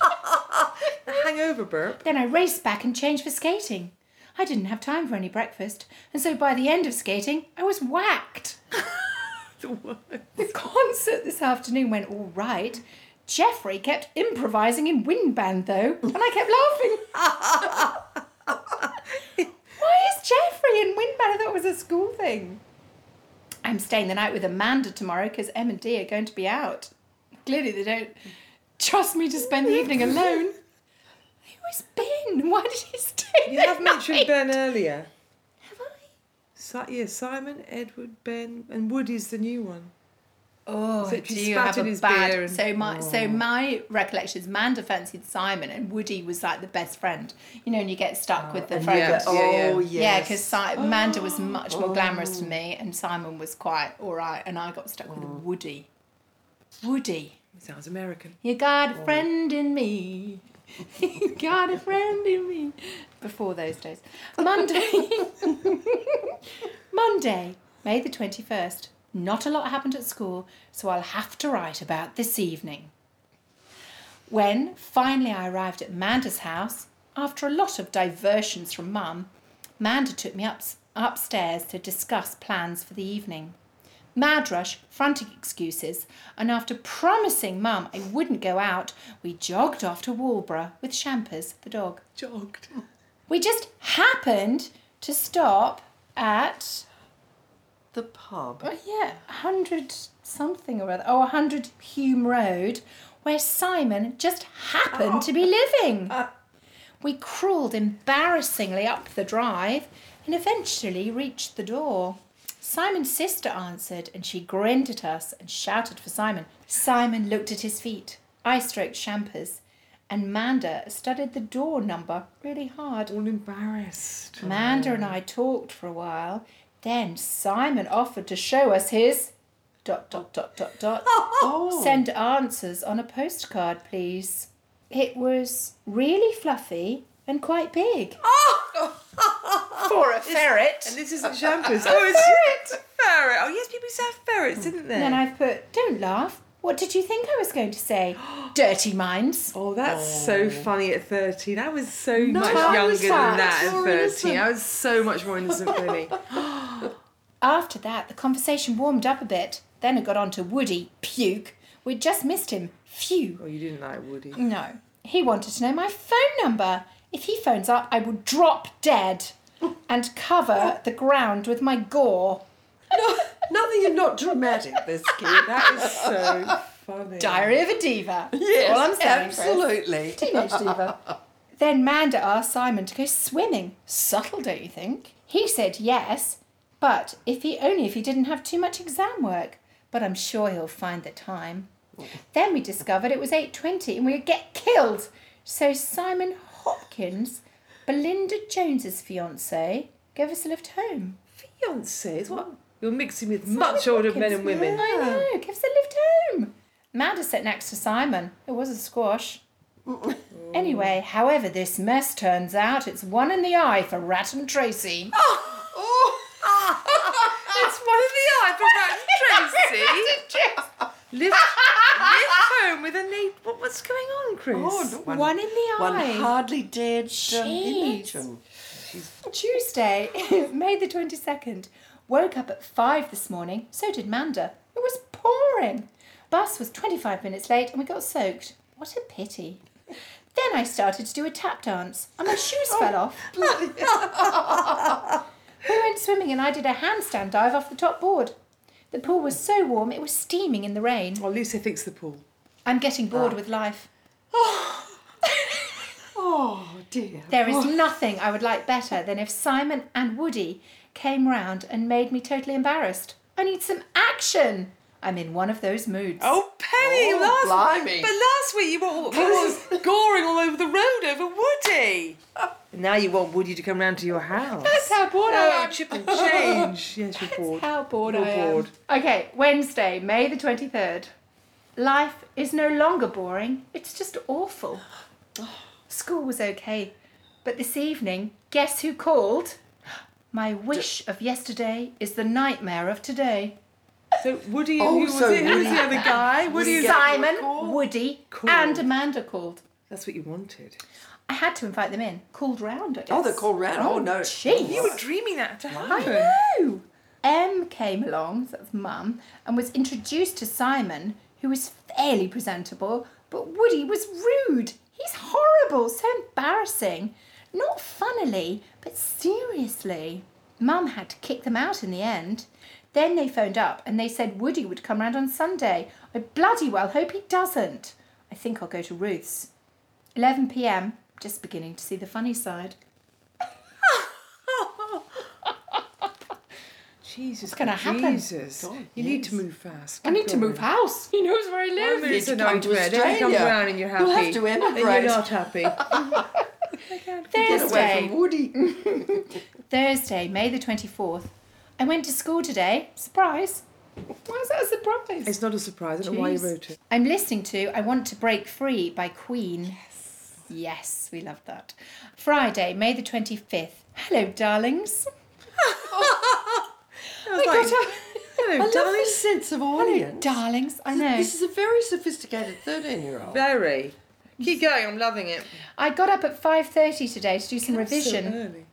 [SPEAKER 3] A hangover burp.
[SPEAKER 1] Then I raced back and changed for skating. I didn't have time for any breakfast, and so by the end of skating, I was whacked.
[SPEAKER 3] The word.
[SPEAKER 1] The concert this afternoon went all right. Jeffrey kept improvising in wind band though, and I kept laughing. Why is Jeffrey in wind band? I thought it was a school thing. I'm staying the night with Amanda tomorrow because Em and Dee are going to be out. Clearly, they don't trust me to spend the evening alone. Who is Ben? Why did he stay?
[SPEAKER 3] You
[SPEAKER 1] the
[SPEAKER 3] have mentioned
[SPEAKER 1] night?
[SPEAKER 3] Ben earlier.
[SPEAKER 1] Have I?
[SPEAKER 3] Si- yeah, Simon, Edward, Ben, and Woody's the new one.
[SPEAKER 1] Oh,
[SPEAKER 3] So
[SPEAKER 1] do
[SPEAKER 3] she
[SPEAKER 1] you
[SPEAKER 3] spat
[SPEAKER 1] have
[SPEAKER 3] in
[SPEAKER 1] a
[SPEAKER 3] his
[SPEAKER 1] bad?
[SPEAKER 3] beer and- Oh.
[SPEAKER 1] So my so my recollection is Manda fancied Simon and Woody was like the best friend. You know, and you get stuck with the
[SPEAKER 3] yeah.
[SPEAKER 1] fragrance.
[SPEAKER 2] Oh,
[SPEAKER 3] Yeah, yeah.
[SPEAKER 2] yes.
[SPEAKER 1] Yeah, because Manda was much more glamorous
[SPEAKER 3] Oh.
[SPEAKER 1] than me, and Simon was quite all right, and I got stuck with Woody. Woody,
[SPEAKER 3] Sounds American.
[SPEAKER 1] you got a friend in me. you got a friend in me. Before those days, Monday, Monday, May the twenty-first. Not a lot happened at school, so I'll have to write about this evening. When finally I arrived at Amanda's house, after a lot of diversions from Mum, Manda took me up, upstairs to discuss plans for the evening. Mad rush, frantic excuses, and after promising Mum I wouldn't go out, we jogged off to Walborough with Shampers, the dog.
[SPEAKER 3] Jogged.
[SPEAKER 1] We just happened to stop at
[SPEAKER 2] The pub.
[SPEAKER 1] Oh yeah, hundred something or other. Oh, hundred Hume Road, where Simon just happened to be living. we crawled embarrassingly up the drive and eventually reached the door. Simon's sister answered and she grinned at us and shouted for Simon. Simon looked at his feet. I stroked Shampers and Manda studied the door number really hard.
[SPEAKER 3] All embarrassed.
[SPEAKER 1] Amanda and I talked for a while. Then Simon offered to show us his dot dot dot dot dot. Send answers on a postcard, please. It was really fluffy and quite big. for a ferret.
[SPEAKER 3] And this isn't shampoos. oh, it's it. Ferret. Oh, yes, people used to have ferrets, didn't they?
[SPEAKER 1] And then I've put, don't laugh. What did you think I was going to say? Dirty minds.
[SPEAKER 3] Oh, that's so funny at 13. I was so much
[SPEAKER 1] I
[SPEAKER 3] younger
[SPEAKER 1] was
[SPEAKER 3] than
[SPEAKER 1] fat.
[SPEAKER 3] that at
[SPEAKER 2] More
[SPEAKER 3] 13.
[SPEAKER 2] innocent.
[SPEAKER 3] I was so much more innocent, really.
[SPEAKER 1] After that, the conversation warmed up a bit. Then it got on to Woody. Puke. We'd just missed him. Phew.
[SPEAKER 3] Oh, you didn't like Woody.
[SPEAKER 1] No. He wanted to know my phone number. If he phones up, I will drop dead and cover the ground with my gore.
[SPEAKER 2] Nothing you're not dramatic this kid.
[SPEAKER 3] That is so funny.
[SPEAKER 1] Diary of a Diva. That's all I'm saying. Chris.
[SPEAKER 2] absolutely.
[SPEAKER 1] Teenage Diva. then Manda asked Simon to go swimming. Subtle, don't you think? He said yes, but if he only if he didn't have too much exam work. But I'm sure he'll find the time. Then we discovered it was 8.20 and we'd get killed. So Simon Hopkins, Belinda Jones's fiancé, gave us a lift home.
[SPEAKER 3] Fiancés? What? You're mixing with much older men and women.
[SPEAKER 1] I know, gave us a lift home. Amanda sat next to Simon. It was a squash. anyway, however this mess turns out, it's one in the eye for Rat and Tracy.
[SPEAKER 3] Oh! it's one of the eye for Rat and Tracy. Lift, lift home with a neat. What, what's going on, Chris?
[SPEAKER 2] Oh,
[SPEAKER 1] one,
[SPEAKER 2] one,
[SPEAKER 1] in the
[SPEAKER 2] one
[SPEAKER 1] eye.
[SPEAKER 2] hardly dared to
[SPEAKER 1] Jeez.
[SPEAKER 2] imagine.
[SPEAKER 1] Tuesday, May the 22nd. Woke up at 5 this morning, so did Manda. It was pouring. Bus was 25 minutes late and we got soaked. What a pity. Then I started to do a tap dance and my shoes fell off. we went swimming and I did a handstand dive off the top board. The pool was so warm it was steaming in the rain.
[SPEAKER 3] Well, at least they fixed the pool.
[SPEAKER 1] I'm getting bored with life.
[SPEAKER 2] Oh dear.
[SPEAKER 1] There is nothing I would like better than if Simon and Woody came round and made me totally embarrassed. I need some action. I'm in one of those moods.
[SPEAKER 3] Oh, Penny!
[SPEAKER 2] Oh,
[SPEAKER 3] last,
[SPEAKER 2] blimey.
[SPEAKER 3] But last week you were all, we were all goring all over the road over Woody. now you want Woody to come round to your house.
[SPEAKER 1] That's how bored I
[SPEAKER 3] Oh,
[SPEAKER 1] am.
[SPEAKER 3] chip and change. Yes, you're bored.
[SPEAKER 1] How bored
[SPEAKER 3] You're
[SPEAKER 1] I am.
[SPEAKER 3] bored.
[SPEAKER 1] Okay, Wednesday, May the 23rd. Life is no longer boring, it's just awful. School was okay, but this evening, guess who called? My wish of yesterday is the nightmare of today.
[SPEAKER 3] So Woody,
[SPEAKER 2] Oh,
[SPEAKER 3] who was
[SPEAKER 2] so
[SPEAKER 3] it? Who was the other guy? Woody and-
[SPEAKER 1] Simon, Woody,
[SPEAKER 3] Called.
[SPEAKER 1] and Amanda called.
[SPEAKER 3] That's what you wanted.
[SPEAKER 1] I had to invite them in. Called round, I guess.
[SPEAKER 2] Oh, they're called round. Oh, no.
[SPEAKER 1] Jeez.
[SPEAKER 3] You were dreaming that to
[SPEAKER 1] I
[SPEAKER 3] happen.
[SPEAKER 1] know. M came along, so that's mum, and was introduced to Simon, who was fairly presentable, but Woody was rude. He's horrible, so embarrassing. Not funnily, but seriously. Mum had to kick them out in the end. Then they phoned up and they said Woody would come round on Sunday. I bloody well hope he doesn't. I think I'll go to Ruth's. 11 pm, just beginning to see the funny side.
[SPEAKER 3] Jesus, oh,
[SPEAKER 1] gonna happen?
[SPEAKER 3] Jesus. you need to move fast.
[SPEAKER 1] I need to move house. He knows where I live.
[SPEAKER 3] It's
[SPEAKER 2] to
[SPEAKER 3] a
[SPEAKER 2] come to
[SPEAKER 3] nightmare. Then you come
[SPEAKER 2] Australia.
[SPEAKER 3] round and you're happy.
[SPEAKER 2] You'll have to
[SPEAKER 3] Then
[SPEAKER 2] emigrate.
[SPEAKER 3] you're not happy.
[SPEAKER 2] Get away
[SPEAKER 1] Thursday,
[SPEAKER 2] from Woody.
[SPEAKER 1] Thursday, May the 24th. I went to school today. Surprise. Why is that a surprise?
[SPEAKER 3] it's not a surprise. I don't know why you
[SPEAKER 1] Jeez.
[SPEAKER 3] wrote it.
[SPEAKER 1] I'm listening to I Want to Break Free by Queen. Yes. Yes, we love that. Friday, May the 25th. Hello, darlings.
[SPEAKER 3] I
[SPEAKER 1] I
[SPEAKER 3] was like,
[SPEAKER 1] got up-
[SPEAKER 3] hello,
[SPEAKER 2] I love
[SPEAKER 3] darling.
[SPEAKER 2] this sense of audience.
[SPEAKER 1] darlings, I know.
[SPEAKER 2] This is a very sophisticated 13 year old.
[SPEAKER 3] Very. Keep going. I'm loving it.
[SPEAKER 1] I got up at 5.30 today to do some
[SPEAKER 3] So
[SPEAKER 1] revision.
[SPEAKER 3] early.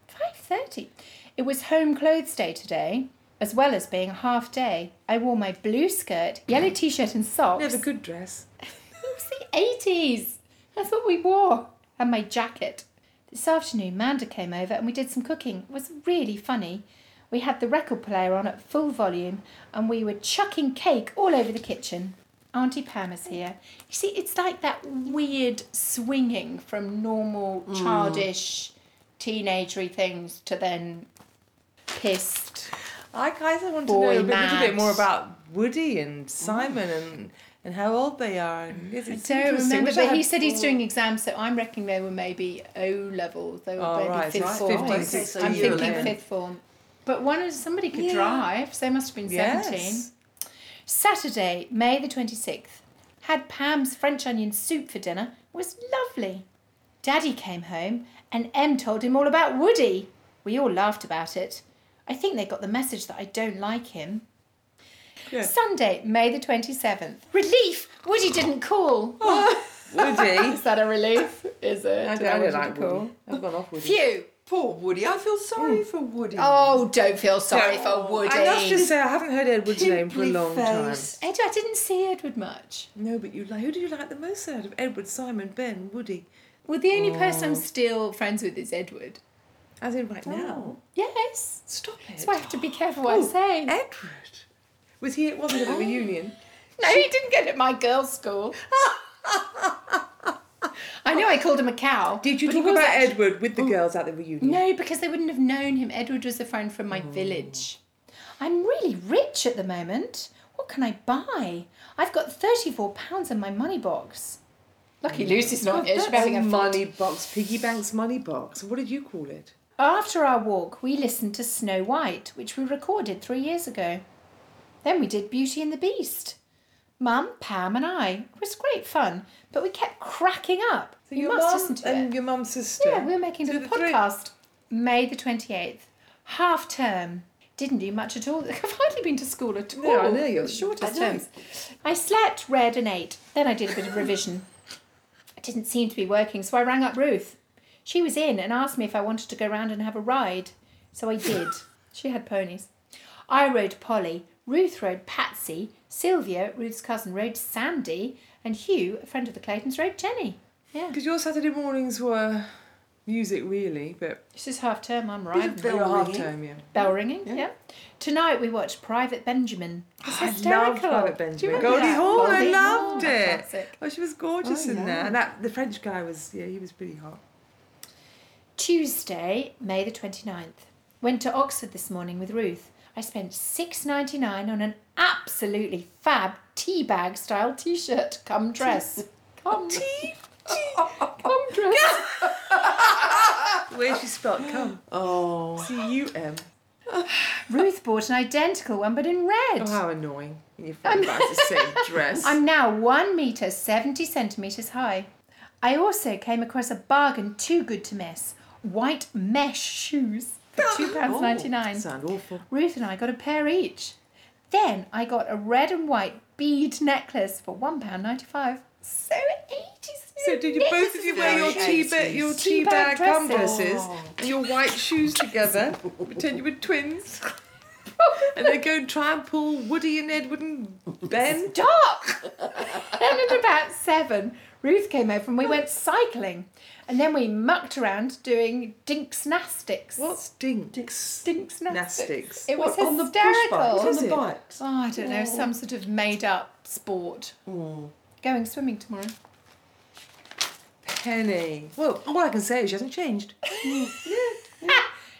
[SPEAKER 1] 5.30? 5:30. It was home clothes day today, as well as being a half day. I wore my blue skirt, yellow t-shirt and socks.
[SPEAKER 3] Never good dress.
[SPEAKER 1] It was the eighties. That's what we wore. And my jacket. This afternoon, Manda came over and we did some cooking. It was really funny. We had the record player on at full volume and we were chucking cake all over the kitchen. Auntie Pam is here. You see, it's like that weird swinging from normal, childish, teenagery things to then pissed.
[SPEAKER 3] I kind of want to
[SPEAKER 1] Boy
[SPEAKER 3] know a bit- little
[SPEAKER 1] mad.
[SPEAKER 3] bit more about Woody and Simon and and how old they are. And it's, it's
[SPEAKER 1] I don't
[SPEAKER 3] interesting.
[SPEAKER 1] remember,
[SPEAKER 3] Wish I
[SPEAKER 1] but he
[SPEAKER 3] had
[SPEAKER 1] said he's
[SPEAKER 3] more-
[SPEAKER 1] doing exams, so I'm reckoning they were maybe O level. They were
[SPEAKER 3] Oh,
[SPEAKER 1] maybe
[SPEAKER 3] right,
[SPEAKER 1] fifth
[SPEAKER 3] right,
[SPEAKER 1] form.
[SPEAKER 3] fifth,
[SPEAKER 2] sixth, so
[SPEAKER 1] I'm
[SPEAKER 2] year
[SPEAKER 1] thinking
[SPEAKER 2] 11.
[SPEAKER 1] fifth form. But one is somebody could
[SPEAKER 3] Yeah.
[SPEAKER 1] drive, so they must have been
[SPEAKER 3] Yes.
[SPEAKER 1] 17. Saturday, May the 26th. Had Pam's French onion soup for dinner. It was lovely. Daddy came home and Em told him all about Woody. We all laughed about it. I think they got the message that I don't like him.
[SPEAKER 3] Yeah.
[SPEAKER 1] Sunday, May the 27th. Relief! Woody didn't call.
[SPEAKER 2] Oh,
[SPEAKER 3] Woody.
[SPEAKER 1] Is that a relief? Is it?
[SPEAKER 3] I
[SPEAKER 1] Did
[SPEAKER 3] don't,
[SPEAKER 1] want
[SPEAKER 3] I don't
[SPEAKER 1] you to
[SPEAKER 3] like
[SPEAKER 1] call?
[SPEAKER 3] Woody. I've gone off Woody.
[SPEAKER 1] Phew.
[SPEAKER 2] Poor Woody. I feel sorry
[SPEAKER 3] Mm.
[SPEAKER 2] for Woody.
[SPEAKER 1] Oh, don't feel sorry
[SPEAKER 3] No.
[SPEAKER 1] for Woody.
[SPEAKER 3] I must just say I haven't heard Edward's name for a
[SPEAKER 2] Pimply
[SPEAKER 3] long time.
[SPEAKER 2] face.
[SPEAKER 1] Ed, I didn't see Edward much.
[SPEAKER 3] No, but you like who do you like the most out of Edward, Simon, Ben, Woody?
[SPEAKER 1] Well, the only
[SPEAKER 3] Oh.
[SPEAKER 1] person I'm still friends with is Edward.
[SPEAKER 3] As in right now.
[SPEAKER 2] No.
[SPEAKER 1] Yes.
[SPEAKER 3] Stop it.
[SPEAKER 1] Oh. That's why I have to be careful what I Oh.
[SPEAKER 3] Oh,
[SPEAKER 1] say.
[SPEAKER 3] Edward. Was he it wasn't at the reunion?
[SPEAKER 1] No, he didn't get it at my girls' school. I know I called him a cow.
[SPEAKER 3] Did you
[SPEAKER 1] but he
[SPEAKER 3] talk
[SPEAKER 1] was
[SPEAKER 3] about
[SPEAKER 1] actually-
[SPEAKER 3] Edward with the girls at the reunion?
[SPEAKER 1] No, because they wouldn't have known him. Edward was a friend from
[SPEAKER 3] Oh.
[SPEAKER 1] my village. I'm really rich at the moment. What can I buy? I've got thirty-four pounds in my money box. Lucky Lucy's not here. She
[SPEAKER 3] Mm. That's
[SPEAKER 1] better
[SPEAKER 3] a
[SPEAKER 1] get
[SPEAKER 3] money box, piggy bank's money box. What did you call it?
[SPEAKER 1] After our walk, we listened to Snow White, which we recorded three years ago. Then we did Beauty and the Beast. Mum, Pam, and I. It was great fun, but we kept cracking up. you must listen to it.
[SPEAKER 3] and your mum's sister.
[SPEAKER 1] Yeah, we were making a
[SPEAKER 3] So
[SPEAKER 1] little
[SPEAKER 3] the three-
[SPEAKER 1] podcast. May the 28th. Half term. Didn't do much at all. I've hardly been to school at all.
[SPEAKER 3] No, I know, you're-
[SPEAKER 1] The Shortest
[SPEAKER 2] I know.
[SPEAKER 1] terms. I slept, read, and ate. Then I did a bit of revision. It didn't seem to be working, so I rang up Ruth. She was in and asked me if I wanted to go round and have a ride. So I did. she had ponies. I rode Polly, Ruth rode Patsy, Sylvia, Ruth's cousin, rode Sandy, and Hugh, a friend of the Claytons, rode Jenny. Yeah.
[SPEAKER 3] Because your Saturday mornings were music, really, but
[SPEAKER 1] This is half term, I'm
[SPEAKER 2] Bit
[SPEAKER 1] right.
[SPEAKER 2] of
[SPEAKER 3] they were
[SPEAKER 2] bell
[SPEAKER 3] half
[SPEAKER 2] ringing.
[SPEAKER 3] term, yeah.
[SPEAKER 1] Bell ringing, yeah.
[SPEAKER 2] Yeah.
[SPEAKER 1] Tonight we watched Private Benjamin. It's
[SPEAKER 3] I
[SPEAKER 1] hysterical.
[SPEAKER 3] loved Private
[SPEAKER 1] Do you
[SPEAKER 3] Benjamin.
[SPEAKER 1] remember
[SPEAKER 3] Goldie
[SPEAKER 1] that?
[SPEAKER 3] Hawn, I
[SPEAKER 1] Goldie
[SPEAKER 3] loved
[SPEAKER 1] Hawn,
[SPEAKER 3] it.
[SPEAKER 1] classic.
[SPEAKER 3] Oh, she was gorgeous
[SPEAKER 2] Oh,
[SPEAKER 3] in there.
[SPEAKER 2] yeah.
[SPEAKER 3] And that the French guy was, yeah, he was pretty hot.
[SPEAKER 1] Tuesday, May the 29th. Went to Oxford this morning with Ruth. I spent six ninety nine on an absolutely fab tea bag style t shirt. Come dress. Come tea. Come dress.
[SPEAKER 3] Where she spelt come.
[SPEAKER 2] Oh.
[SPEAKER 3] C U M.
[SPEAKER 1] Ruth bought an identical one but in red.
[SPEAKER 3] Oh, how annoying. When your friend buys the same dress.
[SPEAKER 1] I'm now one metre seventy centimetres high. I also came across a bargain too good to miss. White mesh shoes for two pounds ninety nine.
[SPEAKER 3] Oh, Sound awful.
[SPEAKER 1] Ruth and I got a pair each. Then I got a red and white bead necklace for one pound ninety five. So eighties.
[SPEAKER 3] So did you both of you wear your
[SPEAKER 2] very
[SPEAKER 3] tea bag, your
[SPEAKER 2] eighties.
[SPEAKER 3] tea bag
[SPEAKER 1] Tea bag
[SPEAKER 3] cum
[SPEAKER 1] dresses.
[SPEAKER 3] dresses and your white shoes together? Pretend you were twins. And they go and try and pull Woody and Edward and Ben.
[SPEAKER 1] Stop! then at about seven, Ruth came over and we went cycling. And then we mucked around doing dinksnastics.
[SPEAKER 3] What's dinks?
[SPEAKER 1] Dinksnastics.
[SPEAKER 3] Nastics.
[SPEAKER 1] It was
[SPEAKER 2] What, on the push
[SPEAKER 1] hysterical.
[SPEAKER 2] bike?
[SPEAKER 3] Was
[SPEAKER 2] On
[SPEAKER 3] it?
[SPEAKER 2] the bikes.
[SPEAKER 1] Oh, I don't know, some sort of made up sport.
[SPEAKER 3] Mm.
[SPEAKER 1] Going swimming tomorrow.
[SPEAKER 3] Penny. Well, all I can say is she hasn't changed.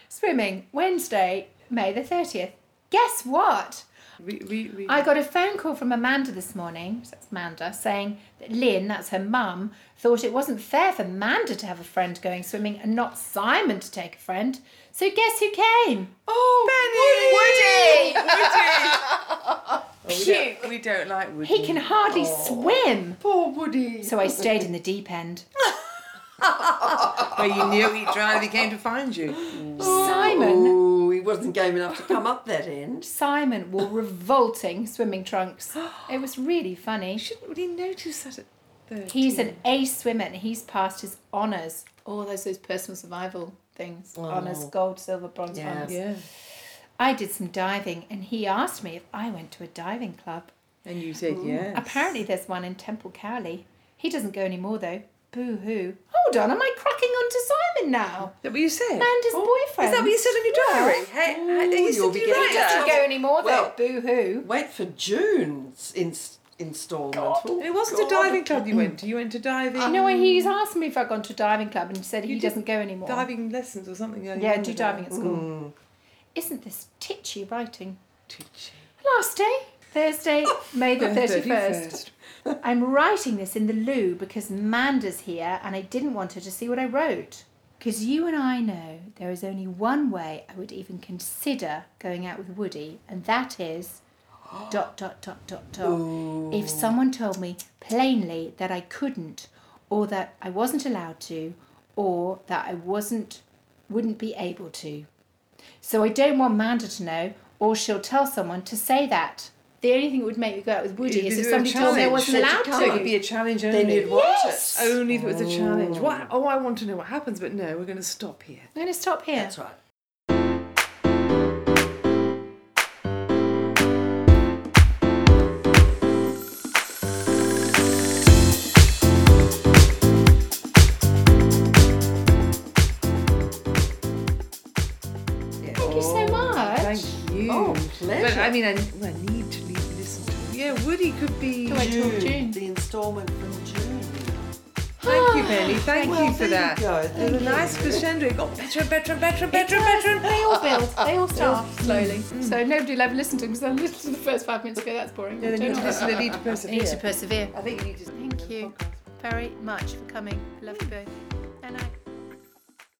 [SPEAKER 1] Swimming, Wednesday, May the 30th. Guess what?
[SPEAKER 3] We, we, we.
[SPEAKER 1] I got a phone call from Amanda this morning, so that's Amanda, saying that Lynn, that's her mum, thought it wasn't fair for Amanda to have a friend going swimming and not Simon to take a friend. So guess who came?
[SPEAKER 3] Oh,
[SPEAKER 1] Woody!
[SPEAKER 3] Penny! We don't, we don't like Woody.
[SPEAKER 1] He can hardly
[SPEAKER 3] Oh.
[SPEAKER 1] swim.
[SPEAKER 2] Poor Woody.
[SPEAKER 1] So I stayed in the deep end.
[SPEAKER 3] Well, you knew he'd drown if he came to find you.
[SPEAKER 1] Simon
[SPEAKER 2] Oh, he wasn't game enough to come up that end.
[SPEAKER 1] Simon wore revolting swimming trunks. It was really funny.
[SPEAKER 3] You shouldn't really notice that at 30.
[SPEAKER 1] He's an ace swimmer and he's passed his honours. Oh, those those personal survival things honours, gold, silver, bronze
[SPEAKER 2] Yeah.
[SPEAKER 1] honours.
[SPEAKER 3] Yeah.
[SPEAKER 1] I did some diving, and he asked me if I went to a diving club.
[SPEAKER 3] And you said yes.
[SPEAKER 1] Apparently, there's one in Temple Cowley. He doesn't go anymore though. Boo hoo. Hold on, am I cracking on to Simon now?
[SPEAKER 3] Is that what you said?
[SPEAKER 1] And his boyfriend.
[SPEAKER 3] Oh, Is that what you said in your diary? Hey,
[SPEAKER 2] Ooh,
[SPEAKER 3] hey, you
[SPEAKER 2] Oh, you'll
[SPEAKER 3] said
[SPEAKER 2] be
[SPEAKER 3] you
[SPEAKER 2] getting
[SPEAKER 1] He doesn't
[SPEAKER 3] liked
[SPEAKER 2] that.
[SPEAKER 1] go anymore
[SPEAKER 2] Well-
[SPEAKER 1] though. Boo hoo.
[SPEAKER 2] Wait for June's in- installment. Oh,
[SPEAKER 3] it. It wasn't a diving club you went to. You went to diving.
[SPEAKER 1] You know, when he's asked me if I've gone to a diving club and said he
[SPEAKER 3] did
[SPEAKER 1] doesn't go anymore.
[SPEAKER 3] diving lessons or something. you
[SPEAKER 1] yeah, I
[SPEAKER 3] remember
[SPEAKER 1] do
[SPEAKER 3] that.
[SPEAKER 1] diving at school. Isn't this titchy writing?
[SPEAKER 3] Teaching.
[SPEAKER 1] Last day, Thursday, May the 31st. I'm writing this in the loo because Manda's here and I didn't want her to see what I wrote. Because you and I know there is only one way I would even consider going out with Woody, and that is dot dot dot dot dot. If someone told me plainly that I couldn't, or that I wasn't allowed to, or that I wasn't wouldn't be able to. So I don't want Manda to know, or she'll tell someone to say that. The only thing that would make me go out with Woody is if Oh, somebody told me I wasn't allowed
[SPEAKER 3] So it would be
[SPEAKER 1] to.
[SPEAKER 3] a challenge only.
[SPEAKER 2] Then you'd watch
[SPEAKER 1] Yes!
[SPEAKER 2] it.
[SPEAKER 3] only if it was a challenge. What? Oh, I want to know what happens, but no, we're going to stop here.
[SPEAKER 1] I'm going to stop here.
[SPEAKER 2] That's right.
[SPEAKER 1] Thank you so much.
[SPEAKER 3] Thank you.
[SPEAKER 2] Oh, pleasure.
[SPEAKER 3] But I mean, I, well, I need to leave, listen to. Yeah, Woody could be.
[SPEAKER 1] Wait till June.
[SPEAKER 2] The installment from June.
[SPEAKER 1] Ah,
[SPEAKER 3] Thank you, Benny. Thank
[SPEAKER 2] Well,
[SPEAKER 3] you for
[SPEAKER 2] there you
[SPEAKER 3] that.
[SPEAKER 2] go.
[SPEAKER 3] It
[SPEAKER 2] Thank
[SPEAKER 3] was a
[SPEAKER 2] you.
[SPEAKER 3] nice crescendo. It got better and better and better and better and better. and-
[SPEAKER 1] They all build. They all start slowly. So nobody will ever listen to them because I listened to the first five minutes ago. That's boring.
[SPEAKER 3] No, they need to listen. They need to persevere.
[SPEAKER 1] persevere.
[SPEAKER 3] I think you need to.
[SPEAKER 1] Thank you very much for coming. I love you both. And I.